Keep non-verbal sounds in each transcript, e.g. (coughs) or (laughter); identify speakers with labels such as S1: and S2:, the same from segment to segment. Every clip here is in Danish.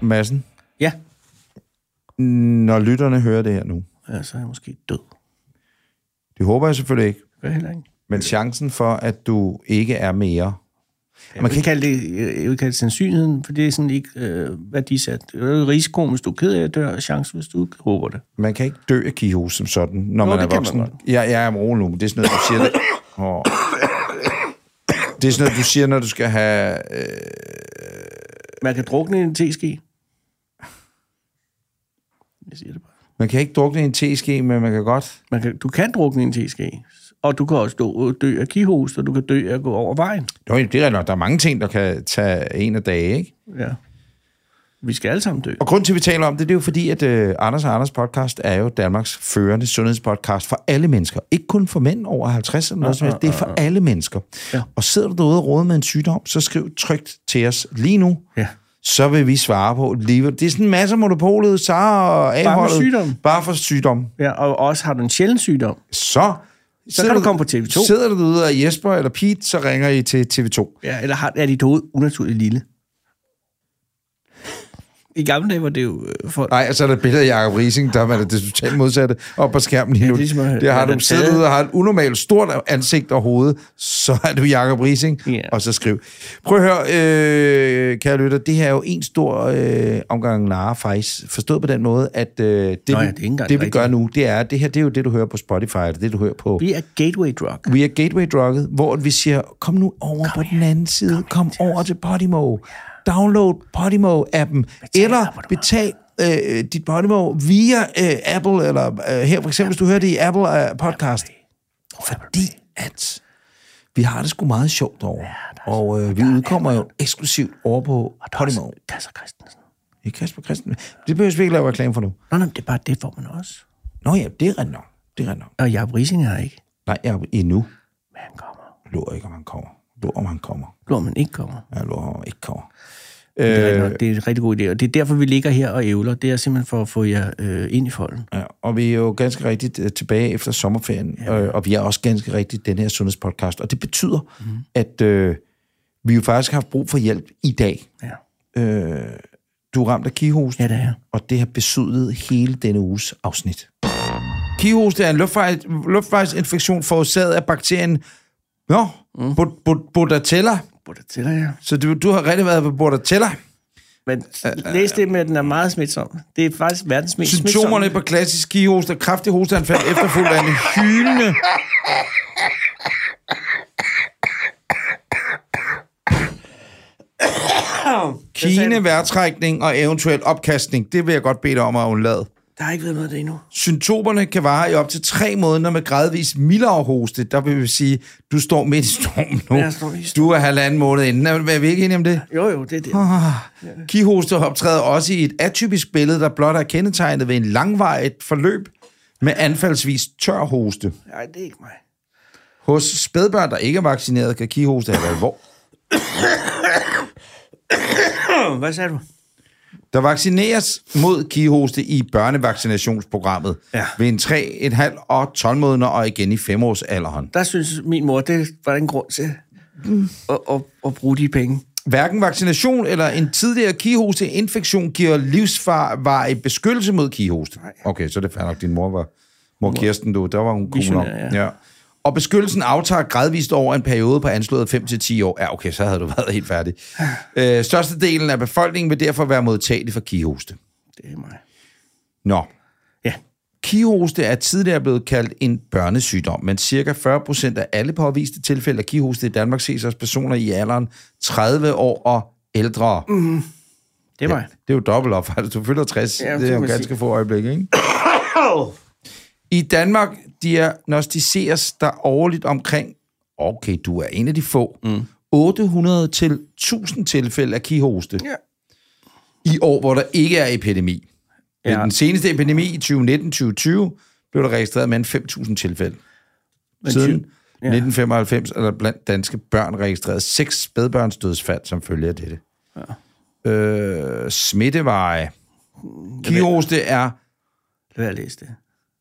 S1: Massen,
S2: Ja.
S1: når lytterne hører det her nu,
S2: ja, så er jeg måske død.
S1: det håber jeg selvfølgelig ikke,
S2: Det gør jeg heller ikke.
S1: men chancen for, at du ikke er mere...
S2: Jeg man kan ikke kalde det, øh, jeg vil kalde det sandsynligheden, for det er sådan ikke øh, værdisat. Det er jo risikoen, hvis du er ked af at dø, og chancen, hvis du ikke håber det.
S1: Man kan ikke dø af kihus som sådan, når Nå, man
S2: det
S1: er
S2: kan
S1: voksen.
S2: man
S1: Man ja, jeg er rolig nu, men det er sådan noget, du siger... Det. Oh. det er sådan noget, du siger, når du skal have... Øh,
S2: Man kan drukne i en teske. Jeg siger det bare.
S1: man kan ikke drukne i en teske, men man kan godt...
S2: Man kan, du kan drukne i en teske, og du kan også dø, dø af kihost, og du kan dø af at gå over vejen.
S1: Nå, det er rigtigt nok. Der er mange ting, der kan tage en af dage, ikke?
S2: Ja. Vi skal alle sammen dø.
S1: Og grund til, at vi taler om det, det er jo fordi, at øh, Anders og Anders podcast er jo Danmarks førende sundhedspodcast for alle mennesker. Ikke kun for mænd over 50 eller noget som helst. Det er for alle mennesker.
S2: Ja.
S1: Og sidder du derude og råder med en sygdom, så skriv trygt til os lige nu.
S2: Ja.
S1: Så vil vi svare på lige. Det er sådan en masse af monopolet, Sara og A-holdet.
S2: sygdom.
S1: Bare for sygdom.
S2: Ja, og også har du en sjælden sygdom.
S1: Så, sidder
S2: kan du komme på TV2.
S1: Sidder du derude og er Jesper eller Pete, så ringer I til TV2.
S2: Ja, eller har, er dit hoved unaturligt lille? I gamle dage var det jo øh, for...
S1: Nej, og så er der et billede af Jacob Rising, der er det totalt modsatte, op på skærmen lige nu.
S2: det er ligesom at-
S1: det har
S2: at
S1: du
S2: den
S1: siddet
S2: taget-
S1: ude og har et unormalt stort ansigt og hoved, så er du Jacob Rising,
S2: Ja.
S1: og så skriv. Prøv at høre, øh, kære lytter, det her er jo en stor øh, omgang nare faktisk. Forstået på den måde, at øh, det,
S2: ja, det er
S1: vi,
S2: ikke engang
S1: det vi
S2: rigtigt.
S1: gør nu, det er, at det her det er jo det, du hører på Spotify, eller det du hører på
S2: Vi er gateway drug.
S1: We are gateway-drugget, hvor vi siger, kom nu over kom på den anden side, kom, over til Podimo, download Podimo-appen, eller betal øh, dit Podimo via øh, Apple, eller øh, her for eksempel, hvis du hører det i Apple øh, podcast, fordi at vi har det sgu meget sjovt derovre, og øh, vi udkommer jo eksklusivt over på Podimo.
S2: Det er så Christensen.
S1: Det er Kasper Christen. Det behøver vi ikke lave reklame for nu.
S2: Nå, nej, det er bare det får man også.
S1: Nå ja, det er rent nok. Det er rent nok.
S2: Og Jacob Rising er her ikke.
S1: Nej, jeg er endnu.
S2: Men han kommer.
S1: Lur ikke, om han kommer. Lur, om han kommer.
S2: Lur, man ikke kommer.
S1: Jeg lover, om han ikke kommer.
S2: Det er, nok, det er en rigtig god idé, og det er derfor, vi ligger her og ævler. Det er simpelthen for at få jer øh, ind i folden.
S1: Ja, og vi er jo ganske rigtigt øh, tilbage efter sommerferien, øh, og vi er også ganske rigtigt den her sundhedspodcast. Og det betyder, mm. at øh, vi jo faktisk har haft brug for hjælp i dag.
S2: Ja.
S1: Øh, du er ramt af kihost,
S2: ja, det er jeg.
S1: og det har besydet hele denne uges afsnit. Kihost er en luftvej, luftvejsinfektion forårsaget af bakterien Nå, mm. bot, bot, Bordetella.
S2: Burde til dig, ja.
S1: Så du, du har rigtig været på Bordetella.
S2: Men læs det med, at den er meget smitsom. Det er faktisk verdens mest
S1: Symptomerne på klassisk kihost er kraftig hosteanfald efterfulgt af en hylende Kine, vejrtrækning og eventuel opkastning, det vil jeg godt bede dig om at undlade.
S2: Der har ikke været noget af det endnu.
S1: Symptomerne kan vare i op til tre måneder med gradvis mildere hoste. Der vil vi sige, du står midt i stormen nu.
S2: Jeg står midt i
S1: Du er halvanden måned inden. Er er vi ikke enige om det?
S2: Jo, jo, det er det.
S1: Ah, Kihoste optræder også i et atypisk billede, der blot er kendetegnet ved en langvarigt forløb med anfaldsvis tør hoste.
S2: Nej, det er ikke mig.
S1: Hos spædbørn, der ikke er vaccineret, kan kihoste have alvor.
S2: Hvad sagde du?
S1: Der vaccineres mod kihoste i børnevaccinationsprogrammet
S2: Ja.
S1: ved en 3,5 og 12 måneder og igen i 5 års alderen.
S2: Der synes min mor, det var en grund til at, at, at bruge de penge.
S1: Hverken vaccination eller en tidligere kihosteinfektion giver livsvarig beskyttelse mod kihoste. Okay, så er det fair nok. Din mor var mor Kirsten, du, der var hun cool nok.
S2: Visionær,
S1: Ja. Og beskyttelsen aftager gradvist over en periode på anslået 5-10 år. Ja, okay, så havde du været helt (sighs) færdig. Øh, størstedelen af befolkningen vil derfor være modtagelig for kihoste.
S2: Det er mig.
S1: Nå,
S2: Ja.
S1: Kihoste er tidligere blevet kaldt en børnesygdom, men cirka 40% af alle påviste tilfælde af kihoste i Danmark ses hos personer i alderen 30 år og ældre. Mm.
S2: Det er mig.
S1: Det er jo dobbelt op, faktisk. Du fylder 60.
S2: Ja,
S1: Ja, det
S2: det
S1: er
S2: må
S1: jo
S2: man sige.
S1: ganske få øjeblik,
S2: (coughs)
S1: ikke? I Danmark diagnostiseres der årligt omkring, okay, du er en af de få, mm. 800 til 1000 tilfælde af kihoste
S2: Ja.
S1: i år, hvor der ikke er epidemi. Ja.
S2: Ja.
S1: Den seneste epidemi i 2019-2020 blev der registreret mere end 5.000 tilfælde. Siden
S2: tyve-
S1: 1995 er der blandt danske børn registreret seks spædbørnsdødsfald som følge af dette. Ja. Øh, smitteveje. Kihoste er
S2: Lad være at læse det.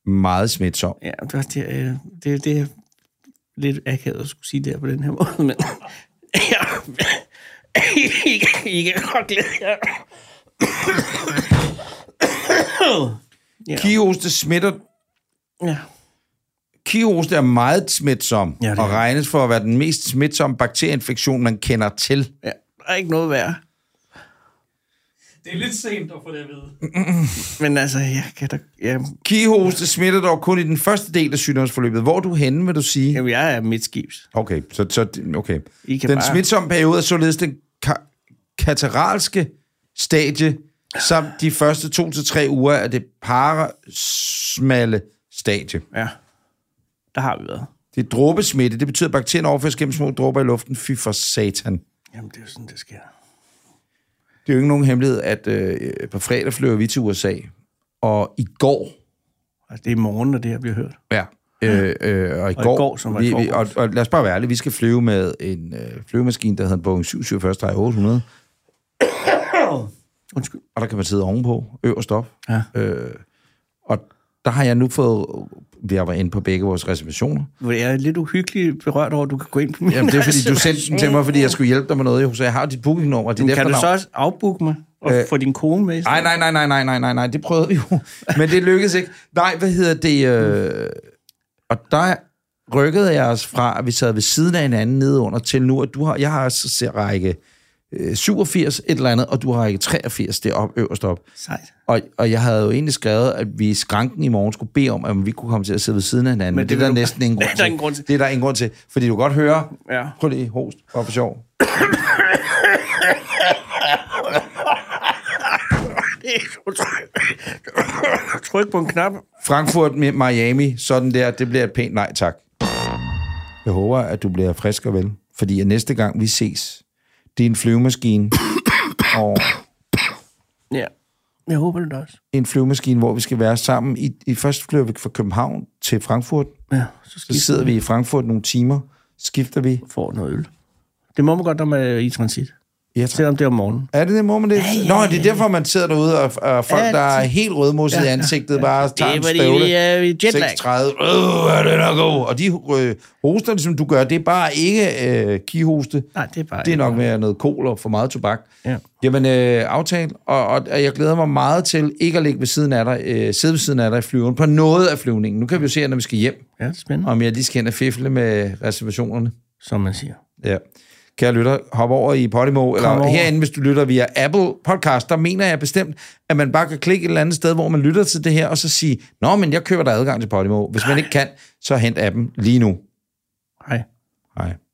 S1: meget smitsom.
S2: Ja, det var det, øh, det, det er lidt akavet at skulle sige det her på den her måde, men ja, I, kan- I kan godt glæde jer. Ja.
S1: Kios, det smitter
S2: Ja.
S1: Kihoste er meget smitsom
S2: Ja,
S1: ja,
S2: det er
S1: og
S2: det.
S1: regnes for at være den mest smitsomme bakterieinfektion, man kender til.
S2: ja. Der er ikke noget værd.
S3: Det er lidt sent at få det at vide.
S2: Men altså, jeg kan da... Jeg,
S1: Kihoste smitter dog kun i den første del af sygdomsforløbet. Hvor er du henne, vil du sige?
S2: jamen, jeg er midtskibs.
S1: Okay, så, så okay.
S2: I kan
S1: Den
S2: bare-
S1: smitsomme periode er således den ka- kataralske stadie, samt de første to til tre uger af det parasmalle stadie.
S2: Ja. Der har vi været.
S1: Det er dråbesmitte. Det betyder, at bakterien overføres gennem små dråber i luften. Fy for satan.
S2: Jamen, det er jo sådan, det sker.
S1: Det er jo ikke nogen hemmelighed, at øh, på fredag flyver vi til USA, og i går,
S2: Altså, det er i morgen, når det her bliver hørt.
S1: ja, øh, øh, og i går,
S2: går, som var i
S1: vi, vi, og,
S2: forgårs.
S1: og lad os bare være ærlige, vi skal flyve med en øh, flyvemaskine, der hedder en Boeing (coughs) 747-800,
S2: Undskyld.
S1: og der kan man sidde ovenpå, øverst op.
S2: Ja.
S1: Øh, og der har jeg nu fået, jeg var inde på begge vores reservationer.
S2: Hvor Jeg er lidt uhyggeligt berørt over, at du kan gå ind på min
S1: Jamen, det er
S2: (laughs)
S1: fordi, du
S2: reservation.
S1: sendte den til (laughs) mig, fordi jeg skulle hjælpe dig med noget. Jo, så jeg har dit bookingnummer, dit
S2: Men Kan du
S1: efternavn.
S2: så også afbooke mig og øh, få din kone med? i stedet?
S1: Nej, nej, nej, nej, nej, nej, nej, nej, det prøvede vi jo. (laughs) Men det lykkedes ikke. Nej, hvad hedder det? Øh... Og der rykkede jeg os fra, at vi sad ved siden af hinanden nedenunder, til nu, at du har, jeg har altså se- række øh, 87 et eller andet, og du har række 83 deroppe, øverst op.
S2: Sejt. (laughs)
S1: Og, og jeg havde jo egentlig skrevet, at vi i skranken i morgen skulle bede om, at vi kunne komme til at sidde ved siden af hinanden. Men det,
S2: det
S1: det er der
S2: vil du- (laughs)
S1: næsten ingen grund til.
S2: Det er der ingen grund til.
S1: Det er der ingen grund til. Fordi du kan godt høre...
S2: Ja.
S1: Prøv lige, host. Bare for sjov.
S2: Tryk på en knap.
S1: Frankfurt med Miami, sådan der, det bliver et pænt nej tak. Jeg håber, at du bliver frisk og vel, fordi at næste gang vi ses, det er en flyvemaskine, og
S2: Ja. Jeg håber det da også.
S1: en flyvemaskine, hvor vi skal være sammen. I, i først flyver vi fra København til Frankfurt,
S2: Ja, så skal
S1: så sidder vi i Frankfurt nogle timer, skifter vi.
S2: vi få noget øl. Det må man godt, når man er i transit.
S1: Ja, tak.
S2: Selvom det er om morgenen.
S1: er det det, må man det? Nå, det er derfor, man sidder derude, og, og folk,
S2: Ja,
S1: der er helt rødmosset i ansigtet, bare tager en støvle.
S2: er i
S1: 36. Øh, er det nok god. Og de øh, hoster, som du gør, det er bare ikke øh, kihoste.
S2: Nej, det er bare...
S1: Det er nok mere noget kol og for meget tobak.
S2: Ja.
S1: Jamen, øh, aftalt. Og, og, og jeg glæder mig meget til ikke at ligge ved siden af dig, øh, sidde ved siden af dig i flyveren på noget af flyvningen. Nu kan vi jo se, når vi skal hjem,
S2: Ja, det er spændende.
S1: om jeg lige skal hen og fifle med reservationerne.
S2: Som man siger.
S1: Ja. Kære lytter, hop over i Podimo, eller
S2: over.
S1: over. herinde, hvis du lytter via Apple Podcast, der mener jeg bestemt, at man bare kan klikke et eller andet sted, hvor man lytter til det her, og så sige, nå, men jeg køber dig adgang til Podimo. Hvis man ikke kan, så hent appen lige nu.
S2: Hej.
S1: Hej.